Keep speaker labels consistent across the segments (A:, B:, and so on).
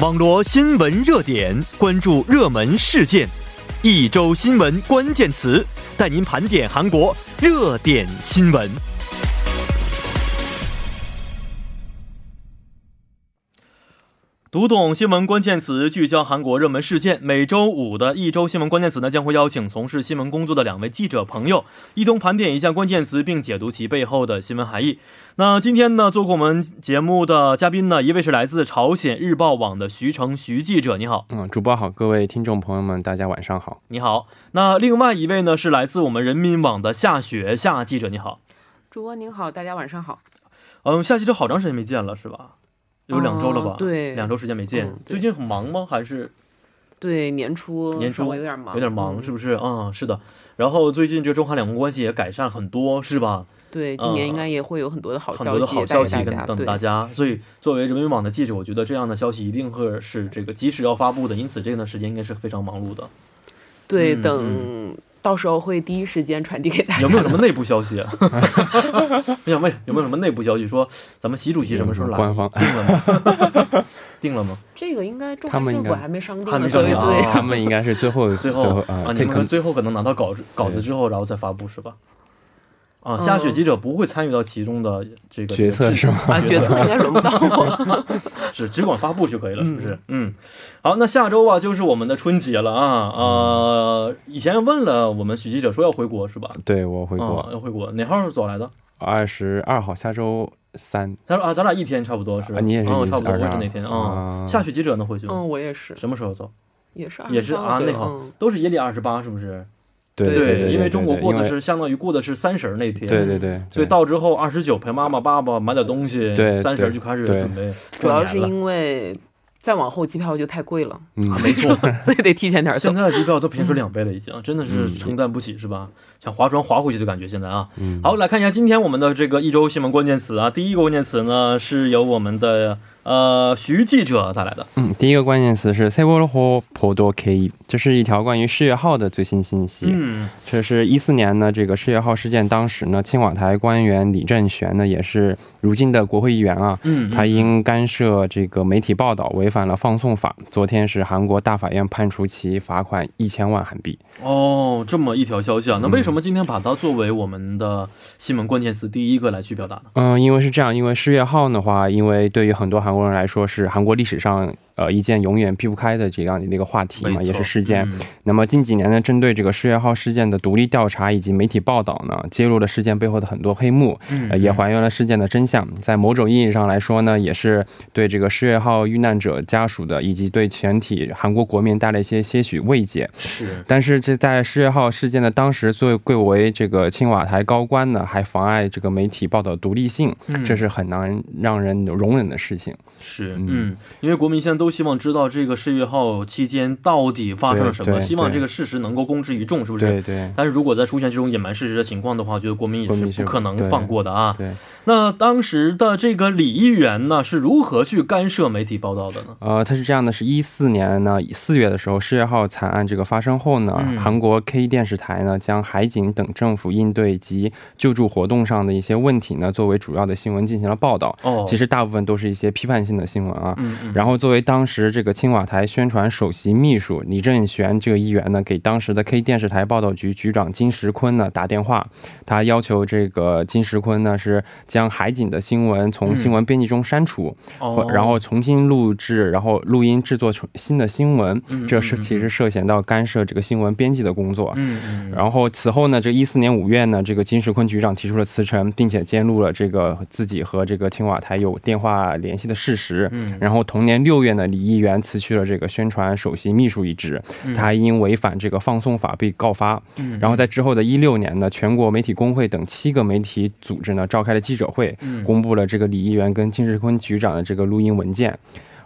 A: 网罗新闻热点，关注热门事件，一周新闻关键词，带您盘点韩国热点新闻。读懂新闻关键词，聚焦韩国热门事件。每周五的一周新闻关键词呢，将会邀请从事新闻工作的两位记者朋友，一同盘点一下关键词，并解读其背后的新闻含义。那今天呢，做客我们节目的嘉宾呢，一位是来自朝鲜日报网的徐成徐记者，你好，
B: 嗯，主播好，各位听众朋友们，大家晚上好。
A: 你好。那另外一位呢，是来自我们人民网的夏雪夏记者，你好。
C: 主播您好，大家晚上好。
A: 嗯，夏记者好长时间没见了，是吧？有两周了吧？
C: 啊对
A: 两周时间没见、
C: 嗯对
A: 最近很忙吗？还是？
C: 对，年初
A: 年初
C: 稍微有点忙，
A: 有点忙，
C: 嗯
A: 是不是？嗯，是的。然后最近这中韩两国关系也改善很多，是吧？
C: 对，今年
A: 嗯
C: 应该也会有很多的好
A: 很
C: 消
A: 多
C: 息
A: 的好消息
C: 带给
A: 跟
C: 大家。
A: 等
C: 对
A: 大家。所以作为人民网的记者，我觉得这样的消息一定会是这个及时要发布的，因此这段时间应该是非常忙碌的。
C: 对，
A: 嗯
C: 等到时候会第一时间传递给大 家。
A: 有没有什么内部消息？ 有没有有没有什么内部消息说咱们习主席什么时候来？
B: 嗯官方
A: 定了吗？ 定了吗？
C: 这个应该中
B: 他
C: 韩
B: 们应
C: 政
B: 该
C: 府还没商定
A: 还没
C: 呢，
A: 商
C: 所以
A: 定啊
C: 对，
B: 他们应该是最后
A: 最后
B: 啊
A: 啊，，你们可
B: 这可
A: 能
B: 能
A: 最后可能拿到稿子稿子之后，然后再发布是吧？啊，下雪记者不会参与到其中的这个
B: 决策是吗？
C: 啊，决策应该轮不 到我。
A: 是只管发布就可以了，是不是？嗯，好，那下周啊就是我们的春节了啊，呃，以前问了我们许记者说要回国是吧？
B: 对我回
A: 嗯，
B: 国
A: 要回国，哪号走来的？
B: 二十二号，下周三
A: 他说啊，咱俩一天差不多是吧？
B: 啊你也是
A: 嗯，
B: 一
A: 差不多，我
B: 二
A: 也是
B: 十二
A: 那天啊。
B: 啊
A: 下雪记者呢回去吗？
C: 嗯，我也是，
A: 什么时候走？
C: 也是
A: 也是
C: 23
A: 啊，
C: 对
A: 那号
C: 嗯
A: 都是耶历二十八，是不是？
B: 对
C: 对
B: 对，
A: 因为中国
B: 对
A: 过的
B: 因为
A: 是相当于过的是三十儿那天，
B: 对对对，
A: 所以
B: 对
A: 到之后二十九陪妈妈爸爸买点东西，
B: 对
A: 三十
B: 对
A: 就开始
B: 对
A: 准备
C: 主
A: 过
C: 要
A: 年
C: 是
A: 了
C: 因为再往后机票就太贵了，
B: 嗯
A: 没错，
C: 所以得提前点儿
A: 现
C: 走。
A: 在的机票都平时两倍了，已经
B: 嗯
A: 真的是承担不起，是吧？想划船划回去的感觉，现在啊。
B: 嗯
A: 好，来看一下今天我们的这个一周新闻关键词啊。第一个关键词呢是由我们的呃徐记者带来的，
B: 嗯，第一个关键词是 s e v o l h o d o K，这是一条关于世越号的最新信息。
A: 嗯，
B: 这是一四年呢，这个世越号事件当时呢，青瓦台官员李正玄呢，也是如今的国会议员啊，
A: 嗯
B: 他因干涉这个媒体报道，违反了放送法。昨天是韩国大法院判处其罚款一千万韩币。
A: 哦，这么一条消
B: 嗯
A: 息啊，那为什么今天把它作为我们的新闻关键词第一个来去表达呢？
B: 嗯，因为是这样，因为世越号的话，因为对于很多韩国人来说是韩国历史上呃一件永远避不开的这样的一个话题
A: 没
B: 嘛，
A: 错，
B: 也是事件。
A: 嗯
B: 那么近几年呢，针对这个世越号事件的独立调查以及媒体报道呢，揭露了事件背后的很多黑幕，
A: 嗯
B: 呃、也还原了事件的真相。在某种意义上来说呢，也是对这个世越号遇难者家属的以及对全体韩国国民带来一些些许慰藉。
A: 是，
B: 但是这在世越号事件的当时，作为贵为这个青瓦台高官呢，还妨碍这个媒体报道独立性，
A: 嗯
B: 这是很难让人容忍的事情。
A: 是，
B: 嗯
A: 嗯，因为国民现在都希望知道这个世越号期间到底发生了什么，
B: 对对
A: 希望这个事实能够公之于众，是不是？
B: 对对
A: 但是如果再出现这种隐瞒事实的情况的话，我觉得国民也
B: 国民
A: 是
B: 是
A: 不可能
B: 对
A: 放过的啊。
B: 对，
A: 那当时的这个李议员呢，是如何去干涉媒体报道的呢？
B: 呃，它是这样的，是一四年呢四月的时候，世越号惨案这个发生后呢，
A: 嗯
B: 韩国 K 电视台呢将海警等政府应对及救助活动上的一些问题呢作为主要的新闻进行了报道。
A: 哦，
B: 其
A: 实，
B: 实大部分都是一些批判性的新闻啊，
A: 嗯嗯，
B: 然后作为当时这个青瓦台宣传首席秘书李正玄这个议员呢，给当时的 K 电视台报道局局长金石坤呢打电话，他要求这个金石坤呢是将海景的新闻从新闻编辑中删除，
A: 嗯哦，
B: 然后重新录制，然后录音制作成新的新闻，
A: 嗯
B: 这是
A: 嗯嗯
B: 其实涉嫌到干涉这个新闻编辑的工作。啊
A: 嗯嗯，
B: 然后此后呢，这一四年五月呢，这个金石坤局长提出了辞呈，并且揭露了这个自己和这个青瓦台有电话联系的事实。
A: 嗯
B: 然后同年六月呢，李议员辞去了这个宣传首席秘书一职，他还因违反这个放送法被告发。
A: 嗯
B: 然后在之后的一六年呢，全国媒体工会等七个媒体组织呢召开了记者会，
A: 嗯
B: 公布了这个李议员跟金石坤局长的这个录音文件。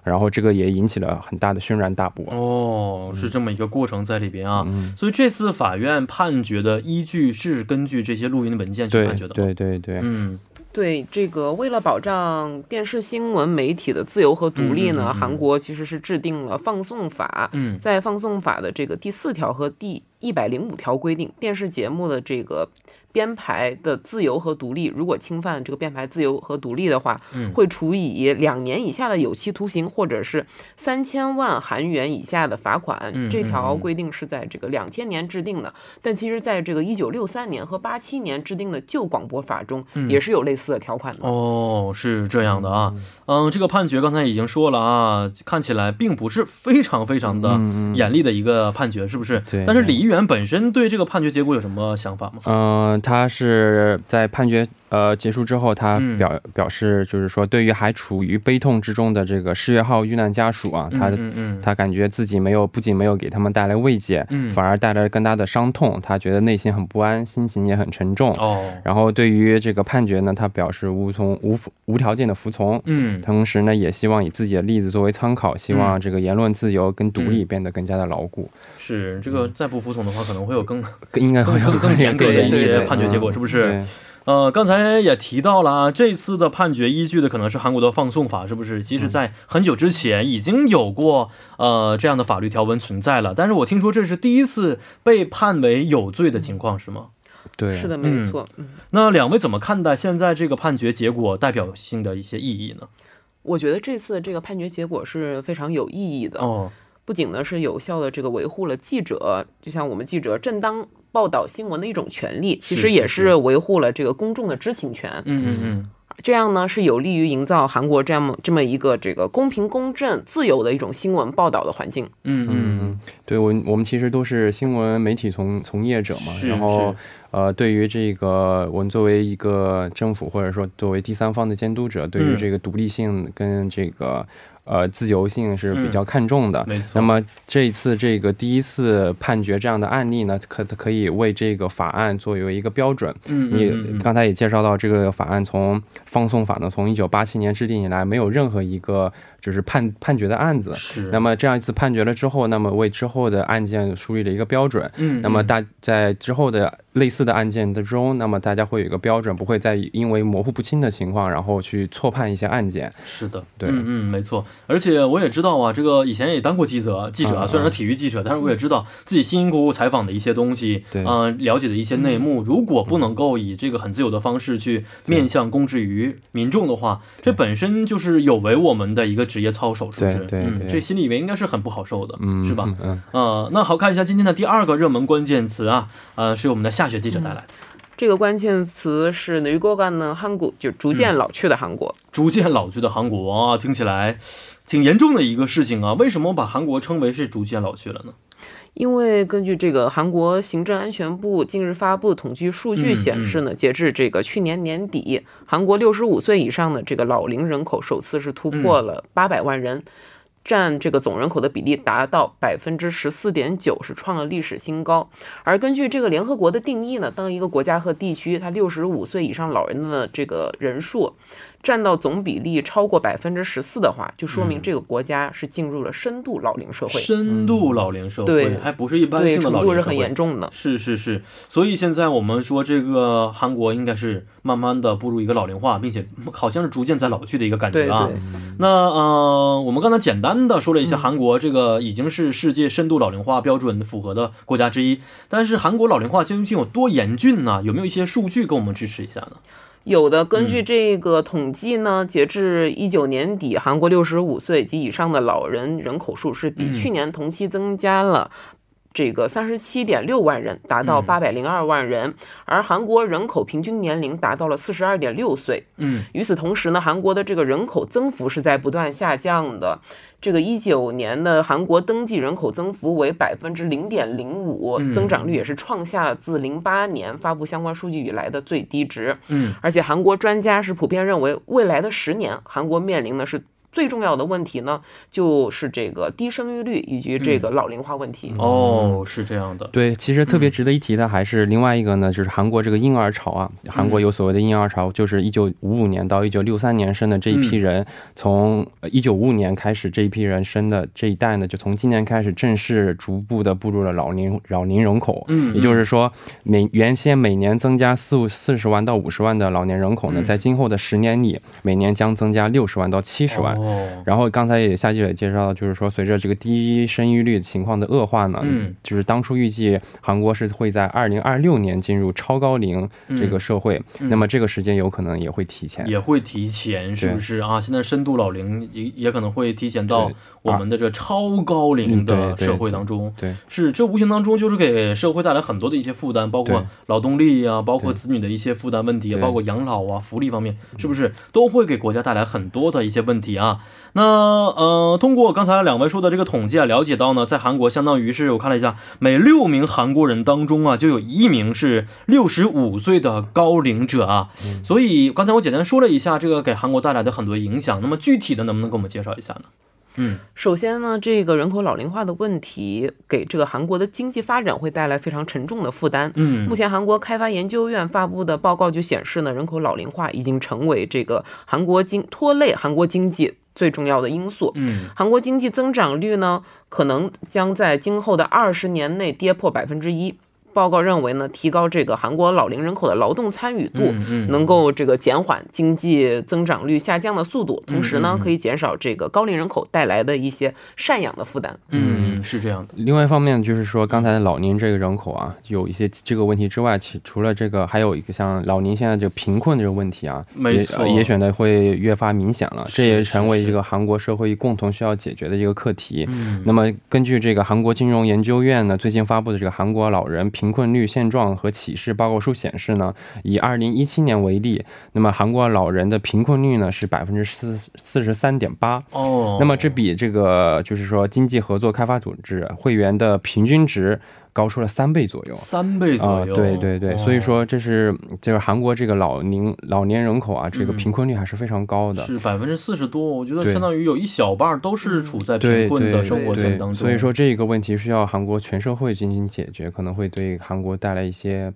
B: 然后这个也引起了很大的轩然大波。
A: 哦，是这么一个过程在里边啊。
B: 嗯，
A: 所以这次法院判决的依据是根据这些录音文件去
B: 对
A: 判决的。，
B: 对对对，
A: 嗯，
C: 对这个，为了保障电视新闻媒体的自由和独立
A: 嗯
C: 呢，
A: 嗯嗯嗯
C: 韩国其实是制定了放送法。
A: 嗯
C: 在放送法的这个第四条和第一百零五条规定，电视节目的这个编排的自由和独立，如果侵犯这个编排自由和独立的话
A: 嗯，
C: 会处以两年以下的有期徒刑，或者是三千万韩元以下的罚款
A: 嗯。
C: 这条
A: 嗯嗯
C: 规定是在这个两千年制定的，但其实在这个一九六三年和八七年制定的旧广播法中，也是有类似的条款的。
A: 嗯哦，是这样的啊，嗯，这个判决刚才已经说了啊，看起来并不是非常非常的
B: 嗯嗯
A: 严厉的一个判决，是不是？
B: 对
A: 但是李议员本身对这个判决结果有什么想法吗？
B: 嗯、他是在判决呃结束之后，他
A: 嗯
B: 表、表示就是说，对于还处于悲痛之中的这个世越号遇难家属啊，他、
A: 嗯嗯
B: 他感觉自己没有不仅没有给他们带来慰藉，
A: 嗯，
B: 反而带来了更大的伤痛，他觉得内心很不安，心情也很沉重。
A: 哦，
B: 然后对于这个判决呢，他表示无从无服无条件的服从，
A: 嗯，
B: 同时呢，也希望以自己的例子作为参考，希望这个言论自由跟独
A: 嗯
B: 立变得更加的牢固，
A: 是这个再不服从的话，可能会有更
B: 更应该嗯 会有
A: 更更严格的
B: 对
A: 一
B: 对
A: 些
B: 对
A: 判决结果，
B: 嗯
A: 是不是？
B: 对
A: 呃，刚才也提到了啊，这次的判决依据的可能是韩国的放送法，是不是？其
B: 嗯
A: 实，在很久之前已经有过呃这样的法律条文存在了，但是我听说这是第一次被判为有罪的情况，是吗？
B: 对，
C: 是
B: 的。
A: 啊
C: 的，没错。嗯
A: 那两位怎么看待现在这个判决结果代表性的一些意义呢？
C: 我觉得这次这个判决结果是非常有意义的。
A: 哦，
C: 不仅呢是有效的这个维护了记者，就像我们记者正当报道新闻的一种权利，
A: 是
C: 其实也
A: 是
C: 是维护了这个公众的知情权。
A: 嗯嗯嗯，
C: 这样呢是有利于营造韩国这么这么一个这个公平、公正、自由的一种新闻报道的环境。
A: 嗯嗯
B: 嗯，对我我们其实都是新闻媒体从从业者嘛
A: 是，
B: 然后呃，对于这个我们作为一个政府或者说作为第三方的监督者，对于
A: 嗯
B: 这个独立性跟这个呃自由性是比较看重的。
A: 嗯没错。
B: 啊那么这一次这个第一次判决这样的案例呢，可可以为这个法案作为一个标准。
A: 嗯，嗯
B: 你
A: 嗯嗯
B: 刚才也介绍到，这个法案从放送法呢，从一九八七年制定以来，没有任何一个就是判判决的案子。
A: 是，
B: 那
A: 么
B: 么这样一次判决了之后，那么为之后的案件树立了一个标准。
A: 嗯，
B: 那么大在之后的类似的案件之中，那么大家会有一个标准，不会再因为模糊不清的情况，然后去错判一些案件。
A: 是的，
B: 对
A: 嗯嗯，没错。而且我也知道啊，这个以前也当过记者，记者啊，
B: 嗯
A: 虽然是体育记者，但是我也知道自己辛辛苦苦采访的一些东西，
B: 对嗯
A: 嗯、了解的一些内幕，如果不能够以这个很自由的方式去面向公之于民众的话，这本身就是有违我们的一个职业操守，是不是？
B: 对对
A: 嗯，
B: 对
A: 这心里面应该是很不好受的，
B: 嗯，
A: 是吧？
B: 嗯？嗯，
A: 呃，那好看一下今天的第二个热门关键词啊，呃，是由我们的夏雪记者带来的，
C: 这个关键词是“女国干呢韩国”，就逐
A: 嗯
C: 渐老去的韩国。
A: 逐渐老去的韩国啊，听起来挺严重的一个事情啊。为什么把韩国称为是逐渐老去了呢？
C: 因为根据这个韩国行政安全部近日发布的统计数
A: 嗯
C: 据显示呢，截至这个去年年底，韩国六十五岁以上的这个老龄人口首次是突破
A: 嗯
C: 了八百万人，占这个总人口的比例达到百分之十四点九，是创了历史新高。而根据这个联合国的定义呢，当一个国家和地区它六十五岁以上老人的这个人数占到总比例超过百分之十四的话，就说
A: 嗯
C: 明这个国家是进入了深度老龄社会。嗯
A: 深度老龄社会
C: 对
A: 还不是一般
C: 对，
A: 性的
C: 程
A: 老
C: 度
A: 龄
C: 是
A: 社
C: 很严
A: 会。
C: 重的。
A: 是是是，所以现在我们说这个韩国应该是慢慢的步入一个老龄化，并且好像是逐渐在老去的一个感
C: 对
A: 觉啊。
C: 对，嗯
A: 那呃，我们刚才简单的说了一下韩国这个已经是世界深度老龄化标准符合的国家之一，但是韩国老龄化究竟有多严峻呢？有没有一些数据跟我们支持一下呢？
C: 有的根据这个统计呢，截至一九年底，韩国六十五岁及以上的老人人口数是比去年同期增加了。这个三十七点六万人，达
A: 嗯
C: 到八百零二万人，而韩国人口平均年龄达到了四十二点六岁。
A: 嗯，
C: 与此同时呢，韩国的这个人口增幅是在不断下降的。这个一九年的韩国登记人口增幅为百分之零点零五
A: 嗯，
C: 增长率也是创下了自零八年发布相关数据以来的最低值。
A: 嗯，
C: 而且韩国专家是普遍认为，未来的十年，韩国面临的是。最重要的问题呢，就是这个低生育率以及
A: 嗯
C: 这个老龄化问题。
A: 哦，是这样的，
B: 对，其实特
A: 嗯
B: 别值得一提的还是另外一个呢，就是韩国这个婴儿潮啊，韩
A: 嗯
B: 国有所谓的婴儿潮，就是一九五五年到一九六三年生的这一
A: 嗯
B: 批人，从一九五五年开始这一批人生的这一代呢，就从今年开始正式逐步的步入了老龄老龄人口。
A: 嗯，
B: 也就是说，每原先每年增加四五四十万到五十万的老年人口呢，
A: 嗯
B: 在今后的十年里，每年将增加六十万到七十万，
A: 哦，
B: 然后刚才也夏记者也介绍到，就是说随着这个低生育率情况的恶化呢，
A: 嗯，
B: 就是当初预计韩国是会在二零二六年进入超高龄这个社会，
A: 嗯
B: 那么这个时间有可能也会提前。
A: 也会提前，是不是啊？现在深度老龄也也可能会提前到
B: 对
A: 我们的这超高龄的
B: 啊嗯对对
A: 社会当中。
B: 对
A: 是，这无形当中就是给社会带来很多的一些负担，包括
B: 对
A: 劳动力呀、包括子女的一些负担问题啊，
B: 对嗯
A: 包括养老啊、福利方面，是不是都会给国家带来很多的一些问题啊？那呃，通过刚才两位说的这个统计啊，了解到呢，在韩国相当于是我看了一下，每六名韩国人当中啊，就有一名是六十五岁的高龄者啊。
B: 嗯
A: 所以刚才我简单说了一下这个给韩国带来的很多影响，那么具体的能不能给我们介绍一下呢？
C: 首先呢，这个人口老龄化的问题给这个韩国的经济发展会带来非常沉重的负担。
A: 嗯
C: 目前韩国开发研究院发布的报告就显示呢，人口老龄化已经成为这个韩国经拖累韩国经济最重要的因素。
A: 嗯，
C: 韩国经济增长率呢，可能将在今后的二十年内跌破百分之一。报告认为呢，提高这个韩国老龄人口的劳动参与度，
A: 嗯
C: 能够这个减缓经济增长率下降的速度，同时
A: 嗯
C: 呢，可以减少这个高龄人口带来的一些赡养的负担。
A: 嗯，是这样的，
B: 另外一方面就是说，刚才老年这个人口啊，有一些这个问题之外，其除了这个，还有一个像老年现在这个贫困这个问题啊，
A: 没
B: 也
A: 错
B: 呃也显得会越发明显了。这也
A: 是
B: 成为
A: 是
B: 这个韩国社会共同需要解决的一个课题。
A: 嗯
B: 那么，根据这个韩国金融研究院呢最近发布的这个《韩国老人贫困率现状和启示报告书》显示呢，以二零一七年为例，那么韩国老人的贫困率呢是百分之四四十三点八，
A: 哦，
B: 那么这比这个就是说经济合作开发组织会员的平均值高出了三倍左右。
A: 三倍
B: 啊、
A: 左右，
B: 对对对，所以
A: 哦
B: 说这是就是韩国这个老龄老年人口啊，这个
A: 嗯
B: 贫困率还是非常高的。
A: 是百分之四十多，我觉得
B: 对
A: 相当于有一小半儿都是处在
B: 对
A: 贫困的
B: 对
A: 生活圈
B: 对
A: 当中，
B: 所以说这个问题需要韩国全社会进行解决，可能会对韩国带来一些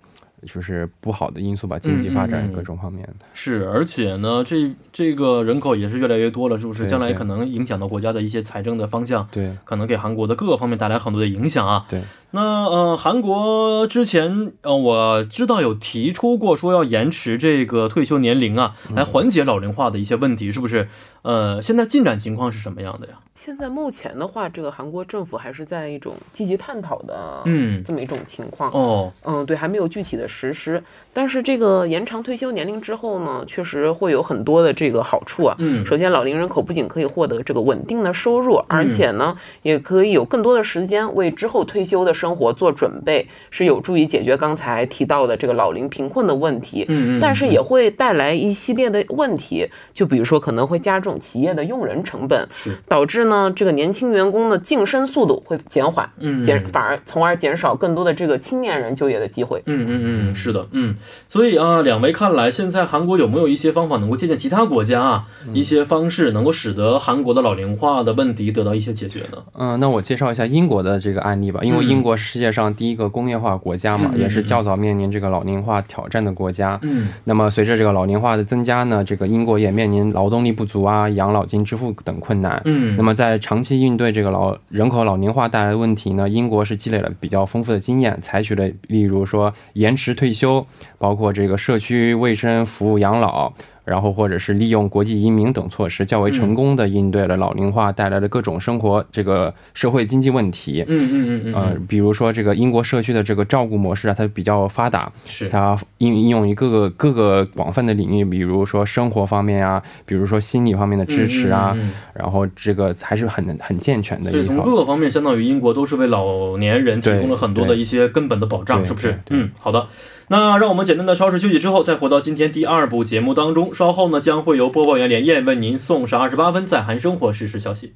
B: 就是不好的因素吧，经济发
A: 嗯嗯
B: 展
A: 嗯
B: 各种方面。
A: 是，而且呢，这这个人口也是越来越多了，是不是？
B: 对
A: 将来
B: 对
A: 可能影响到国家的一些财政的方向，
B: 对
A: 可能给韩国的各个方面带来很多的影响啊。
B: 对，
A: 那呃，韩国之前呃，我知道有提出过说要延迟这个退休年龄啊，
B: 嗯
A: 来缓解老龄化的一些问题，是不是？呃，现在进展情况是什么样的呀？
C: 现在目前的话，这个韩国政府还是在一种积极探讨的
A: 嗯
C: 这么一种情况。
A: 哦，
C: 嗯，对，还没有具体的实施。但是这个延长退休年龄之后呢，确实会有很多的这个好处啊。
A: 嗯
C: 首先，老龄人口不仅可以获得这个稳定的收入，而且呢，也可以有更多的时间为之后退休的生活做准备，是有助于解决刚才提到的这个老龄贫困的问题。
A: 嗯嗯
C: 但是也会带来一系列的问题，就比如说可能会加重企业的用人成本，
A: 是
C: 导致呢这个年轻员工的晋升速度会减缓，
A: 嗯
C: 减反而从而减少更多的这个青年人就业的机会。
A: 嗯嗯嗯，是的，嗯，所以啊，两位看来，现在韩国有没有一些方法能够借鉴其他国家啊，
B: 嗯
A: 一些方式能够使得韩国的老龄化的问题得到一些解决呢？
B: 嗯、那我介绍一下英国的这个案例吧，因为
A: 嗯
B: 英国是世界上第一个工业化国家嘛，
A: 嗯嗯
B: 也是
A: 嗯
B: 较早面临这个老龄化挑战的国家。
A: 嗯
B: 那么随着这个老龄化的增加呢，这个英国也面临劳动力不足啊、养老金支付等困难。
A: 嗯，
B: 那么在长期应对这个老人口老龄化带来的问题呢，英国是积累了比较丰富的经验，采取了例如说延迟退休，包括这个社区卫生服务养老。然后，或者是利用国际移民等措施，较为成功的应对了老龄化带来的各种生活、这个社会经济问题。
A: 嗯嗯嗯嗯
B: 呃
A: 嗯，，
B: 比如说这个英国社区的这个照顾模式啊，它比较发达，
A: 是
B: 它应应用于各个各个广泛的领域，比如说生活方面啊，比如说心理方面的支持啊，
A: 嗯嗯嗯
B: 然后这个还是很很健全的
A: 所以
B: 一
A: 从
B: 套。
A: 各个方面，相当于英国都是为老年人提供了很多的一些根本的保障，
B: 对
A: 是不是
B: 对？
A: 嗯，好的。那让我们简单的稍事休息之后，再回到今天第二部节目当中。稍后呢，将会由播报员连燕为您送上二十八分在韩生活实时消息。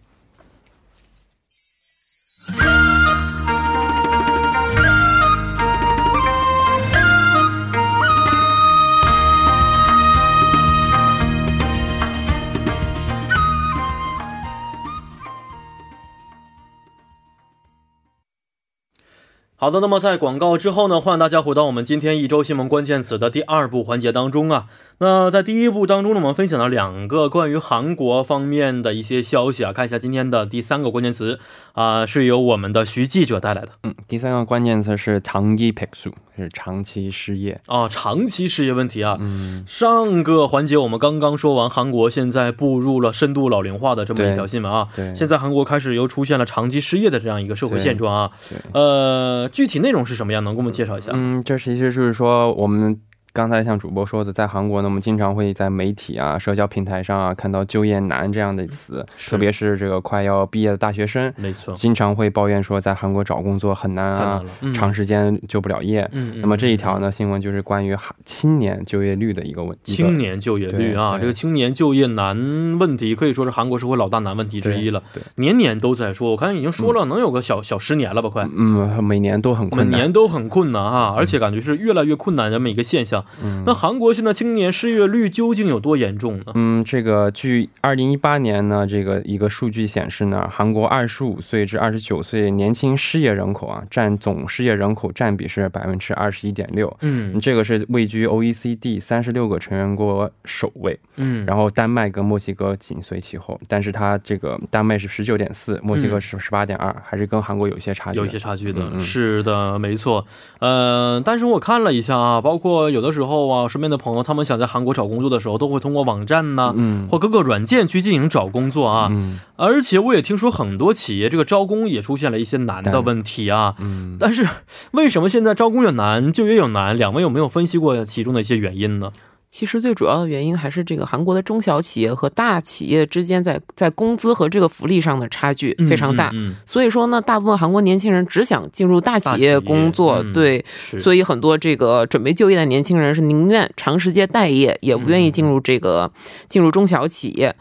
A: 好的，那么在广告之后呢，欢迎大家回到我们今天一周新闻关键词的第二部环节当中啊。那在第一部当中呢，我们分享了两个关于韩国方面的一些消息啊。看一下今天的第三个关键词啊、是由我们的徐记者带来的
B: 嗯，第三个关键词是长期백수，是长期失业。
A: 啊，长期失业问题啊。
B: 嗯
A: 上个环节我们刚刚说完，韩国现在步入了深度老龄化的这么一条新闻啊。
B: 对，
A: 现在韩国开始又出现了长期失业的这样一个社会
B: 对
A: 现状啊
B: 对。
A: 呃，具体内容是什么样？能给我们介绍一下？
B: 嗯，这其实就是说我们。刚才像主播说的，在韩国呢，我们经常会在媒体啊、社交平台上啊看到“就业难”这样的词，
A: 是
B: 特别是这个快要毕业的大学生，
A: 没错，
B: 经常会抱怨说在韩国找工作很难
A: 太
B: 啊
A: 难了，嗯
B: 长时间就不了业。
A: 嗯，嗯
B: 那么这一条呢，新闻就是关于韩青年就业率的一个问题。
A: 青年就业率啊，
B: 对对
A: 这个青年就业难问题可以说是韩国社会老大难问题之一了
B: 对对，
A: 年年都在说，我看已经说了能有个小小十年了吧，快。
B: 嗯，每年都很
A: 每
B: 困难。嗯
A: 年都很困难啊，而且感觉是越来越困难这么一个现象。那韩国现在青年失业率究竟有多严重呢？
B: 嗯，这个据二零一八年呢，这个一个数据显示呢，韩国二十五岁至二十九岁年轻失业人口啊，占总失业人口占比是百分之二十一点六，
A: 嗯
B: 这个是位居 OECD 三十六个成员国首位，
A: 嗯，
B: 然后丹麦跟墨西哥紧随其后，但是它这个丹麦是十九点四，墨西哥是十八点二，还是跟韩国有一些差距的。
A: 嗯有一些差距的，
B: 嗯嗯
A: 是的，没错。呃，但是我看了一下啊，包括有的时候啊，身边的朋友他们想在韩国找工作的时候，都会通过网站呐、
B: 嗯
A: 或各个软件去进行找工作啊。
B: 嗯
A: 而且我也听说很多企业这个招工也出现了一些难的问题啊。
B: 嗯，
A: 但是为什么现在招工也难，就业也难？两位有没有分析过其中的一些原因呢？
C: 其实最主要的原因还是这个韩国的中小企业和大企业之间在在工资和这个福利上的差距非常大。
A: 嗯，嗯嗯
C: 所以说呢，大部分韩国年轻人只想进入大企业工作，
A: 大企业嗯
C: 对，
A: 是
C: 所以很多这个准备就业的年轻人是宁愿长时间待业，也不愿意
A: 嗯
C: 进入这个、进入中小企业。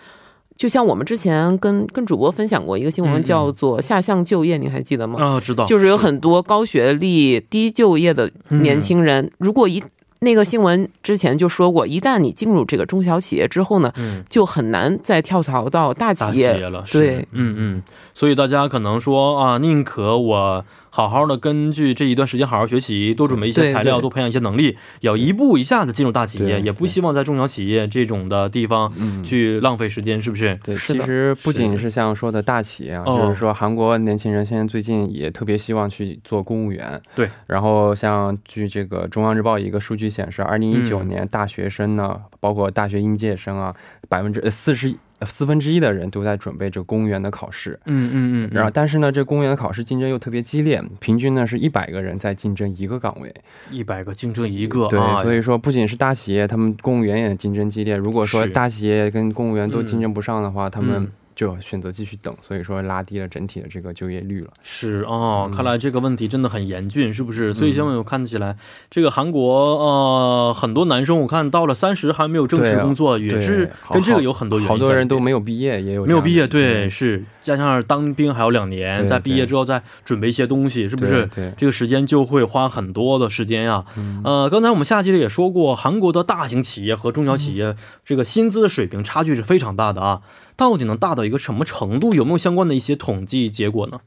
C: 就像我们之前跟跟主播分享过一个新
A: 嗯嗯
C: 闻，叫做“下项就业”，你还记得吗？
A: 啊，知道，
C: 哦就是嗯有很多高学历、低就业的年轻人，如果一那个新闻之前就说过，一旦你进入这个中小企业之后呢，
A: 嗯。
C: 就很难再跳槽到大
A: 大
C: 企
A: 企
C: 业。
A: 业了，是
C: 对，
A: 嗯嗯，所以大家可能说啊，宁可我好好的根据这一段时间好好学习，多准备一些
C: 对
A: 材料，
C: 对
A: 多培养一些能力，也要一步一下子进入大企业，
B: 对
A: 也不希望在中小企业这种的地方
B: 嗯
A: 去浪费时间，是不是？
B: 对，
C: 是
B: 其
C: 的
B: 实不仅
A: 是
B: 是像说的大企业啊，
A: 哦
B: 就是说韩国年轻人现在最近也特别希望去做公务员。
A: 对，
B: 然后像据这个中央日报一个数据显示，二零一
A: 嗯
B: 九年大学生呢，包括大学应届生啊，百分之四十呃四分之一的人都在准备这个公务员的考试。
A: 嗯嗯嗯，
B: 然后，但是呢，这公务员的考试竞争又特别激烈，平均呢是一百个人在竞争一个岗位。
A: 一百个竞争一个
B: 对，
A: 啊，
B: 所以说不仅是大企业，他们公务员也竞争激烈。如果说
A: 是
B: 大企业跟公务员都竞争不上的话，他
A: 嗯
B: 们就选择继续等，所以说拉低了整体的这个就业率了。
A: 是哦、看来这个问题真的很严峻，是不是？所以现在我看起来，这个韩国呃很多男生，我看到了三十还没有正式
B: 对啊
A: 工作，也
B: 对
A: 是
B: 好
A: 跟这个
B: 好
A: 有很多原因
B: 好多
A: 在
B: 人
A: 里面
B: 都没有毕业，也有
A: 没有毕业，
B: 这样的
A: 对，是加上当兵还有两年，
B: 对
A: 在毕业之后再准备一些东西，是不是？
B: 对对嗯
A: 这个时间就会花很多的时间呀、呃，刚才我们下期也说过，韩国的大型企业和中小企业、
B: 嗯
A: 这个薪资的水平差距是非常大的啊，到底能大到一个什么程度？有没有相关的一些统计结果呢？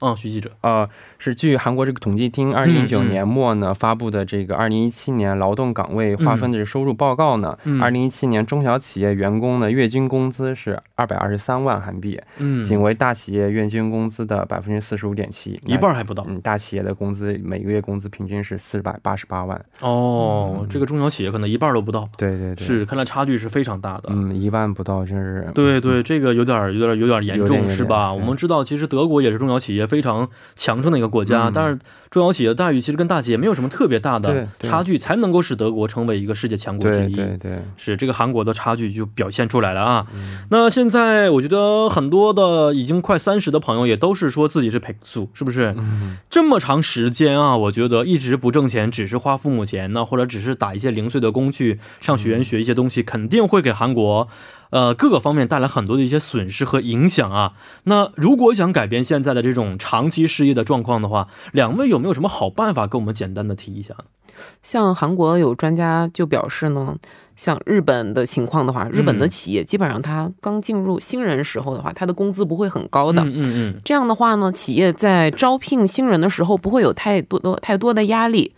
A: 嗯，徐记者，
B: 呃，是据韩国这个统计厅二零一九
A: 嗯
B: 年末呢、发布的这个二零一七年劳动岗位划分的这个收入报告呢
A: 嗯，
B: 二零一七年中小企业员工的月均工资是二百二十三万韩币，
A: 嗯，
B: 仅为大企业月均工资的百分之四十五点七，
A: 一半还不到
B: 嗯，大企业的工资每个月工资平均是四百八十八万。
A: 哦、这个中小企业可能一半都不到，
B: 对嗯对对，，
A: 是，看来差距是非常大的。啊
B: 嗯，一万不到，真是。
A: 对对，这个有点儿有点儿有点儿严
B: 嗯有
A: 重
B: 点有点嗯
A: 是吧？
B: 是
A: 我们知道，其实德国也是中小企业非常强盛的一个国家，
B: 嗯
A: 但是中小企业的待遇其实跟大企业没有什么特别大的
B: 对对
A: 差距，才能够使德国成为一个世界强国之
B: 对
A: 一。
B: 对对，
A: 是这个韩国的差距就表现出来了啊。那现在我觉得很多的已经快三十的朋友也都是说自己是陪宿，是不是？这么长时间啊，我觉得一直不挣钱，只是花父母钱呢，或者只是打一些零碎的工去上学员学一些东西，肯定会给韩国。呃各个方面带来很多的一些损失和影响啊。那如果想改变现在的这种长期失业的状况的话，两位有没有什么好办法跟我们简单的提一下呢？
C: 像韩国有专家就表示呢，像日本的情况的话，日本的企业基本上它刚进入新人时候的话，它的工资不会很高的。
A: 嗯嗯
C: 这样的话呢，企业在招聘新人的时候不会有太多的太多的压力。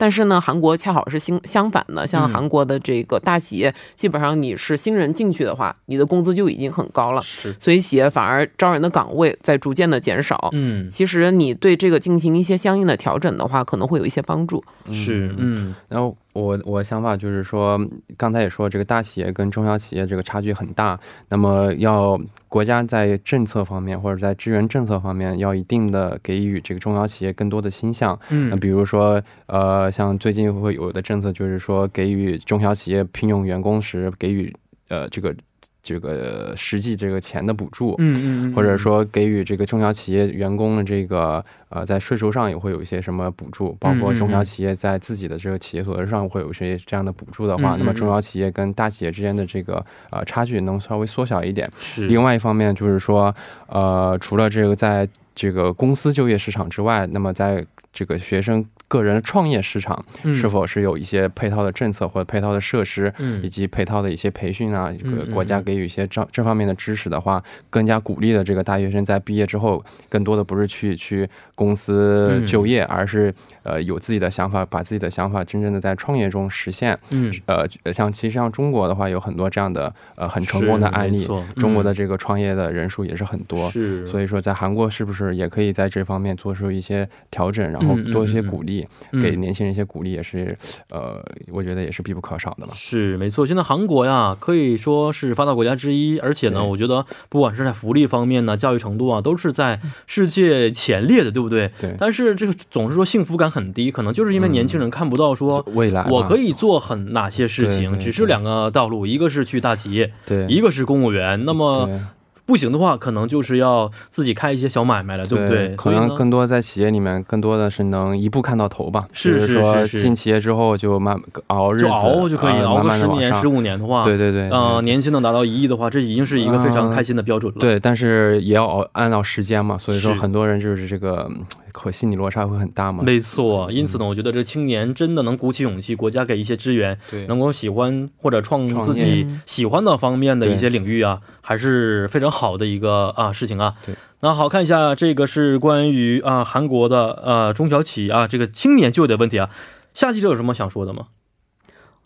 C: 但是呢，韩国恰好是相相反的，像
A: 嗯
C: 韩国的这个大企业，基本上你是新人进去的话，你的工资就已经很高
A: 嗯，
C: 了，
A: 是，
C: 所以企业反而招人的岗位在逐渐的减少。
A: 嗯
C: 其实你对这个进行一些相应的调整的话，可能会有一些帮助。
A: 是，嗯
B: 然后我我想法就是说，刚才也说这个大企业跟中小企业这个差距很大，那么要国家在政策方面或者在支援政策方面要一定的给予这个中小企业更多的倾向。那
A: 嗯
B: 比如说，呃，像最近会有的政策就是说，给予中小企业聘用员工时给予呃这个这个实际这个钱的补助。
A: 嗯嗯，
B: 或者说给予这个中小企业员工的这个呃，在税收上也会有一些什么补助，包括
A: 嗯
B: 中小企业在自己的这个企业所得上会有一些这样的补助的话，
A: 嗯嗯
B: 那么
A: 嗯
B: 中小企业跟大企业之间的这个呃差距能稍微缩小一点。
A: 是，
B: 另外一方面就是说，呃，除了这个在这个公司就业市场之外，那么在这个学生个人创业市场
A: 嗯
B: 是否是有一些配套的政策或者配套的设施，
A: 嗯
B: 以及配套的一些培训啊，这
A: 嗯
B: 个
A: 嗯
B: 国家
A: 嗯
B: 给予一些这这方面的支持的话，更加鼓励的这个大学生在毕业之后，更多的不是去去公司
A: 嗯
B: 就业，而是呃有自己的想法，把自己的想法真正的在创业中实现。
A: 嗯
B: 呃，像其实像中国的话，有很多这样的呃很成功的
A: 是
B: 案
A: 没
B: 例
A: 错，
B: 中国的
A: 嗯
B: 这个创业的人数也是很多。
A: 是，
B: 所以说，在韩国是不是也可以在这方面做出一些调整，然后
A: 嗯嗯
B: 多一些
A: 嗯嗯
B: 鼓励，
A: 嗯
B: 给年轻人一些鼓励，也是，呃，我觉得也是必不可少的吧。
A: 是没错，现在韩国呀，可以说是发达国家之一，而且呢，
B: 对
A: 我觉得不管是在福利方面呢，教育程度啊，都是在世界前列的，对不对？
B: 对
A: 但是这个总是说幸福感很低，可能就是因为年轻人看不到说。
B: 未来嘛，
A: 我可以做很哪些事
B: 对对
A: 情？
B: 对
A: 只是两个道路，一个是去大企业，
B: 对
A: 一个是公务员。那么
B: 对
A: 不行的话，可能就是要自己开一些小买卖了，对不对？
B: 可
A: 所以
B: 能
A: 呢，
B: 更多在企业里面，更多的是能一步看到头吧。
A: 是
B: 就是说
A: 是是
B: 进企业之后就慢熬日子，
A: 就熬就可以
B: 呃
A: 熬
B: 慢
A: 个十
B: 慢地往
A: 年、
B: 上
A: 十五年的话，
B: 对对对，
A: 呃，
B: 对
A: 年薪能达到一亿的话，这已经是一个非常
B: 嗯
A: 开心的标准了。
B: 对，但是也要熬按照时间嘛，所以说
A: 是
B: 很多人就是这个嗯和心理落差会很大嘛。
A: 没错，因此呢，我觉得这青年真的能鼓起勇气，国家给一些支援，
B: 对
A: 能够喜欢或者创
B: 创业
A: 自己喜欢的方面的
B: 对
A: 一些领域啊，还是非常好的一个啊事情啊
B: 对。
A: 那好看一下，这个是关于啊韩国的呃中小企业啊这个青年就业的问题啊。夏记者有什么想说的吗？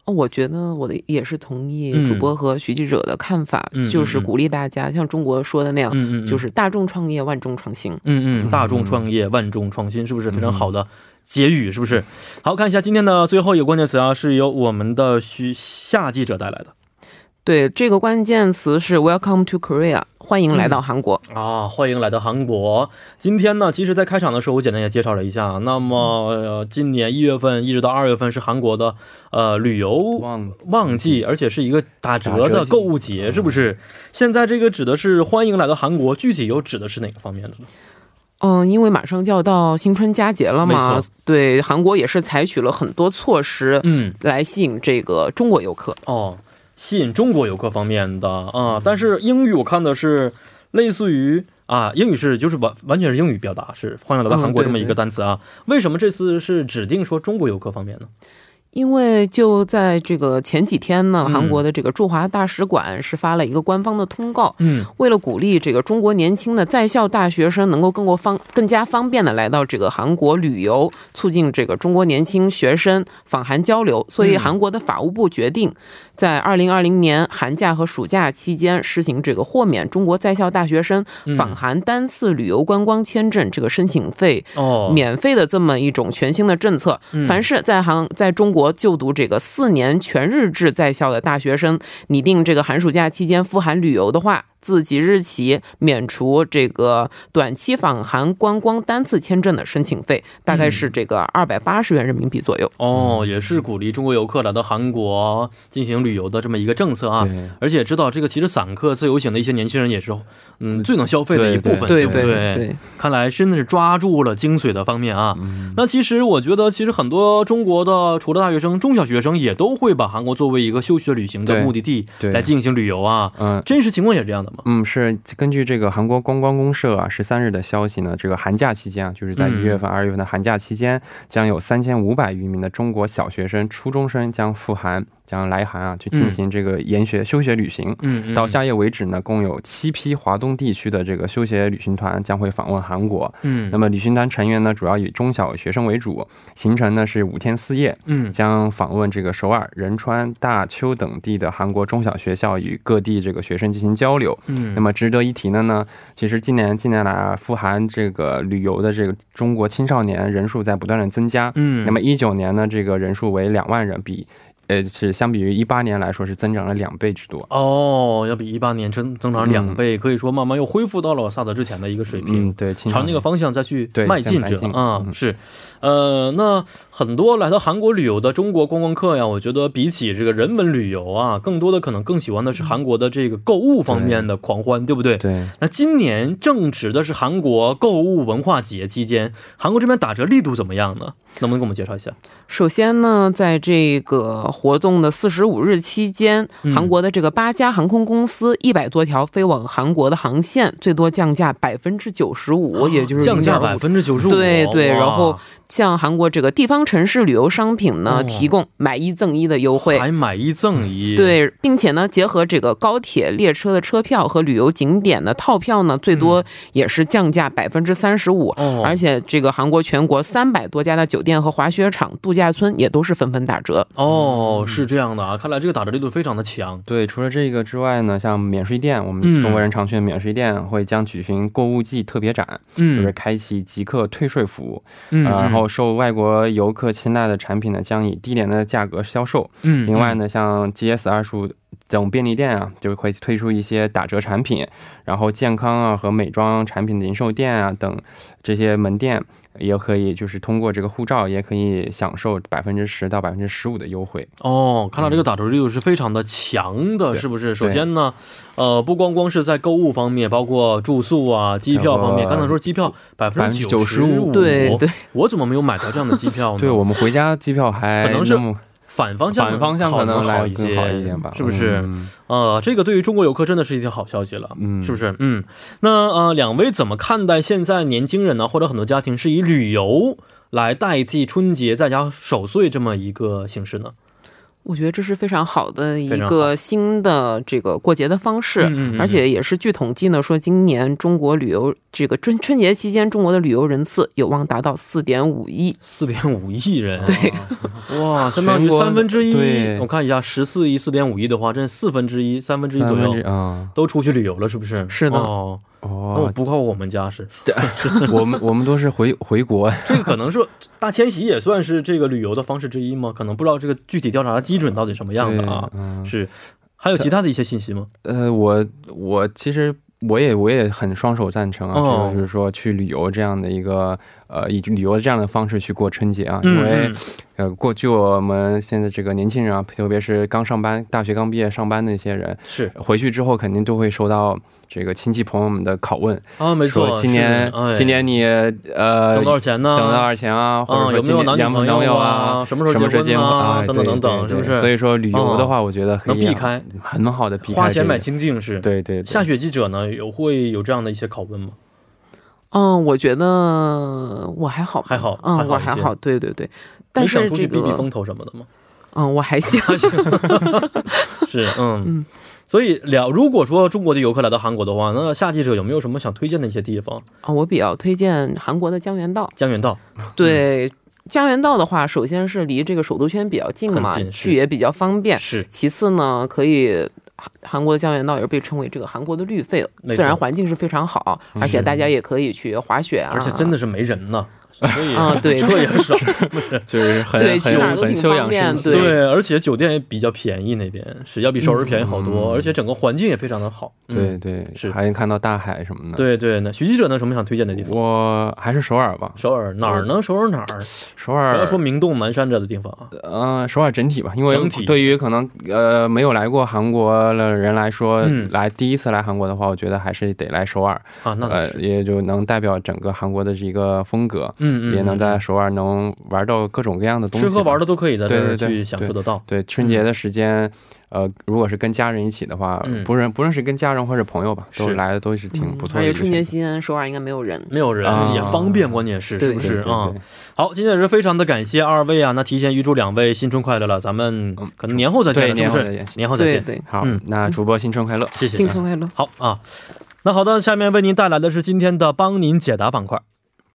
C: 哦，我觉得我的也是同意
A: 嗯
C: 主播和徐记者的看法，
A: 嗯嗯
C: 就是
A: 嗯
C: 鼓励大家像中国说的那样，
A: 嗯嗯，嗯
C: 就是大众创业，万众创新。
A: 嗯嗯，大众创业，万众创新，是不是非常好的结语？是不是？好看一下今天的最后一个关键词啊，是由我们的徐夏记者带来的
C: 对，这个关键词是 Welcome to Korea，欢迎来到韩国。
A: 啊，欢迎来到韩国。今天呢，其实，在开场的时候，我简单也介绍了一下。那么，呃，今年一月份一直到二月份是韩国的呃旅游
B: 忘了
A: 旺季，而且是一个嗯打折嗯
B: 打
A: 的
B: 折季
A: 购物节，是不是？现在这个指的是欢迎来到韩国，具体又指的是哪个方面的呢？
C: 嗯，因为马上就要到新春佳节了
A: 没
C: 嘛
A: 错，
C: 对，韩国也是采取了很多措施
A: 嗯，
C: 来吸引这个中国游客。
A: 哦，吸引中国游客方面的啊，
C: 嗯
A: 但是英语我看的是类似于啊，英语是就是完完全是英语表达，是欢迎来到
C: 嗯
A: 韩国这
C: 对
A: 么一个
C: 对
A: 单词啊。为什么这次是指定说中国游客方面呢？
C: 因为就在这个前几天呢，
A: 嗯
C: 韩国的这个驻华大使馆是发了一个官方的通告，
A: 嗯，
C: 为了鼓励这个中国年轻的在校大学生能够更过方更加方便的来到这个韩国旅游，促进这个中国年轻学生访韩交流，所以
A: 嗯
C: 韩国的法务部决定在二零二零年寒假和暑假期间实行这个豁免中国在校大学生访韩单次旅游观光签证这个申请费
A: 哦，
C: 免费的这么一种全新的政策。凡是在韩在中国就读这个四年全日制在校的大学生，拟定这个寒暑假期间赴韩旅游的话，自即日起免除这个短期访韩观光单次签证的申请费，大概是这个二百八十元人民币左右。
A: 哦，也是鼓励中国游客来到韩国进行旅游的这么一个政策啊。
B: 对
A: 而且也知道这个，其实散客、自由行的一些年轻人也是，嗯，最能消费的一部分。
C: 对
A: 不
C: 对对，
A: 看来真的是抓住了精髓的方面啊。
B: 嗯
A: 那其实我觉得，其实很多中国的除了大学生，中小学生也都会把韩国作为一个休学旅行的
B: 对
A: 目的地
B: 对
A: 来进行旅游啊。
B: 嗯
A: 真实情况也是这样的吗？
B: 嗯，是根据这个韩国观光公社啊十三日的消息呢，这个寒假期间啊，就是在
A: 嗯
B: 一月份、二月份的寒假期间，将有三千五百余名的中国小学生、初中生将赴韩，将来韩啊去进行这个研学、休学旅行。
A: 嗯，嗯
B: 到，下月为止呢，共有七批华东地区的这个休学旅行团将会访问韩国。
A: 嗯，
B: 那么旅行团成员呢，主要以中小学生为主，行程呢是五天四夜，
A: 嗯，
B: 将访问这个首尔、仁川、大邱等地的韩国中小学校，与各地这个学生进行交流。
A: 嗯，
B: 那么值得一提的呢，其实近年近年来啊，富含这个旅游的这个中国青少年人数在不断的增加。
A: 嗯，
B: 那么一九年呢，这个人数为两万人，比呃是相比于一八年来说是增长了两倍之多。
A: 哦，要比一八年增增长两
B: 嗯
A: 倍、可以说慢慢又恢复到了萨德之前的一个水平。
B: 嗯，对，青
A: 朝
B: 少
A: 那
B: 年
A: 个方向再去
B: 对
A: 迈进
B: 再
A: 着
B: 迈进
A: 啊、
B: 嗯
A: 是，呃，那很多来到韩国旅游的中国观光客呀，我觉得比起这个人文旅游啊，更多的可能更喜欢的是韩国的这个购物方面的狂欢，对不对？
B: 对。
A: 那今年正值的是韩国购物文化节期间，韩国这边打折力度怎么样呢？能不能给我们介绍一下？
C: 首先呢，在这个活动的四十五日期间，
A: 嗯
C: 韩国的这个八家航空公司一百多条飞往韩国的航线，最多降价百分之九十五，也就是
A: 啊降价
C: 0.5%
A: 百分之九十五，
C: 对对，
A: 哇
C: 然后向韩国这个地方城市旅游商品呢、
A: 哦
C: 提供买一赠一的优惠。
A: 还买一赠一，，
C: 对，并且呢，结合这个高铁列车的车票和旅游景点的套票呢，最
A: 嗯
C: 多也是降价百分之三十五。
A: 哦
C: 而且这个韩国全国三百多家的酒店和滑雪场、度假村也都是纷纷打折。
A: 哦，是这样的啊，看来这个打折力度非常的强。
B: 对，除了这个之外呢，像免税店，我
A: 嗯
B: 们中国人常去的免税店会将举行购物季特别展，就是
A: 嗯
B: 开启即刻退税服务。
A: 嗯，
B: 呃然后受外国游客青睐的产品呢，将以低廉的价格销售。
A: 嗯，
B: 另外呢，像 GS 二十五等便利店啊，就会推出一些打折产品。然后健康啊和美妆产品的零售店啊等这些门店，也可以就是通过这个护照，也可以享受百分之十到百分之十五的优惠。
A: 哦，看来这个打折力度是非常的强的，
B: 嗯对
A: 是不是？首先呢，呃，不光光是在购物方面，包括住宿啊、机票方面。
B: 包括
A: 刚才说机票百分之十
B: 95%
C: 对对，
A: 我怎么没有买到这样的机票呢？
B: 对我们回家机票还
A: 可能是
B: 那么
A: 反方向
B: 反方向
A: 好
B: 可能
A: 好
B: 来
A: 一些，
B: 更好一点吧，
A: 是不是？
B: 嗯
A: 呃，这个对于中国游客真的是一条好消息了，
B: 嗯
A: 是不是？嗯，那呃，两位怎么看待现在年轻人呢，或者很多家庭是以旅游来代替春节在家守岁这么一个形式呢？
C: 我觉得这是非常好的一
A: 非常好
C: 个新的这个过节的方式，
A: 嗯嗯嗯
C: 而且也是据统计呢，说今年中国旅游这个春春节期间，中国的旅游人次有望达到四点五亿。
A: 四点五亿人，对， 哇，相
B: 全
A: 当于
B: 国
A: 三分之一。
B: 对
A: 我看一下，十四亿、四点五亿的话，这四分之一、三分之一左
B: 三分
A: 右
B: 之啊
A: 都出去旅游了，是不是？
C: 是的
A: 哦，
B: 哦
A: 哦，， 不括我们家是，
B: 我们我们都是回回国，
A: 这个可能是大迁徙也算是这个旅游的方式之一吗？可能不知道这个具体调查的基准到底什么样的啊。
B: 对嗯，
A: 是，还有其他的一些信息吗？
B: 呃，我我其实我也我也很双手赞成啊，这
A: 哦
B: 个就是说去旅游这样的一个呃以旅游这样的方式去过春节啊，因为、
A: 嗯
B: 呃过去我们现在这个年轻人啊，特别是刚上班、大学刚毕业上班的一些人，
A: 是
B: 回去之后肯定都会收到这个亲戚朋友们的拷问，
A: 啊，没错，
B: 说今年、
A: 是哎、
B: 今年你呃
A: 挣多少钱呢？
B: 等多少钱啊，或者
A: 嗯，
B: 说
A: 有没有
B: 今
A: 男
B: 年
A: 女
B: 男
A: 朋
B: 朋友
A: 啊？
B: 啊？
A: 什么时
B: 什
A: 候
B: 么时候
A: 结
B: 结
A: 婚
B: 婚
A: 啊？
B: 哎
A: 等等等等，
B: 对对
A: 是不
B: 对
A: 是？哦
B: 所以说旅游的话，我觉得可
A: 能避
B: 以啊
A: 开
B: 很好的避开
A: 花钱
B: 这
A: 买
B: 个
A: 清净是。
B: 对对，对
A: 下雪记者呢，有会有这样的一些拷问吗？
C: 嗯，我觉得我还好吧，
A: 还好
C: 嗯
A: 还，好
C: 我
A: 一
C: 还
A: 些
C: 好，对对对。但
A: 没
C: 是
A: 想出
C: 这
A: 去避避
C: 个，
A: 风头什么的吗？
C: 嗯，我还行。
A: 是，嗯。所以了，如果说中国的游客来到韩国的话，那夏记者有没有什么想推荐的一些地方？
C: 啊， 我比较推荐韩国的江原道。
A: 江原道，
C: 对，江原道的话，首先是离这个首都圈比较近
A: 很
C: 嘛，
A: 近是
C: 去也比较方便。
A: 是
C: 其次呢，可以。韩韩国的江原道也是被称为这个韩国的绿肺
A: 没，错
C: 自然环境是非常好，而且大家也可以去滑雪啊。
A: 而且真的是没人呢，
D: 所以
C: 啊，对，
A: 这也少，
B: 就是很很
C: 对去哪儿都
B: 很
C: 挺
B: 修
C: 方
B: 养
C: 便
B: 生
C: 对
B: 息。
A: 对，而且酒店也比较便宜，那边是要比首尔便宜好多、而且整个环境也非常的好。嗯，
B: 对对，
A: 是
B: 还能看到大海什么的。，
A: 对对，那徐记者呢，有什么想推荐的地方？
B: 我还是首尔吧，
A: 首尔哪儿呢？首尔哪儿？
B: 首
A: 不
B: 尔
A: 要说明洞蛮山这的地方啊。
B: 呃，首尔整体吧，因为
A: 整体
B: 对于可能呃没有来过韩国的人来说，
A: 嗯
B: 来第一次来韩国的话，我觉得还是得来首尔，
A: 啊，那倒
B: 呃
A: 是，，
B: 也就能代表整个韩国的这一个风格，
A: 嗯嗯，
B: 也能在
A: 嗯
B: 首尔能玩到各种各样的东西
A: 吃
B: 吧，
A: 喝玩的都可以在这儿
B: 对对对
A: 去享受得到。
B: 对，春节的时间，呃，如果是跟家人一起的话，
A: 嗯
B: 不论不论是跟家人或者朋友吧，都
A: 是
B: 来的都是挺
C: 嗯
B: 不错
C: 而
B: 的一
C: 且
B: 个
C: 春节
B: 选择。
C: 西安首尔应该没有人。
A: 没有人、
B: 啊
A: 也方便，关键是
C: 对
A: 是不是
B: 对对
A: 啊、
B: 对
A: 好，今天也是非常的感谢二位啊，那提前预祝两位新春快乐了，咱们
B: 嗯
A: 可能年后再见
B: 对
A: 了，是
B: 年
A: 不
B: 后
A: 是
B: 的？演戏。
A: 年后再
C: 对
A: 见，
C: 对，
B: 好
A: 嗯，
B: 那主播新春快乐。
A: 谢谢啊
C: 新春快乐。
A: 好啊，那好的，下面为您带来的是今天的帮您解答板块。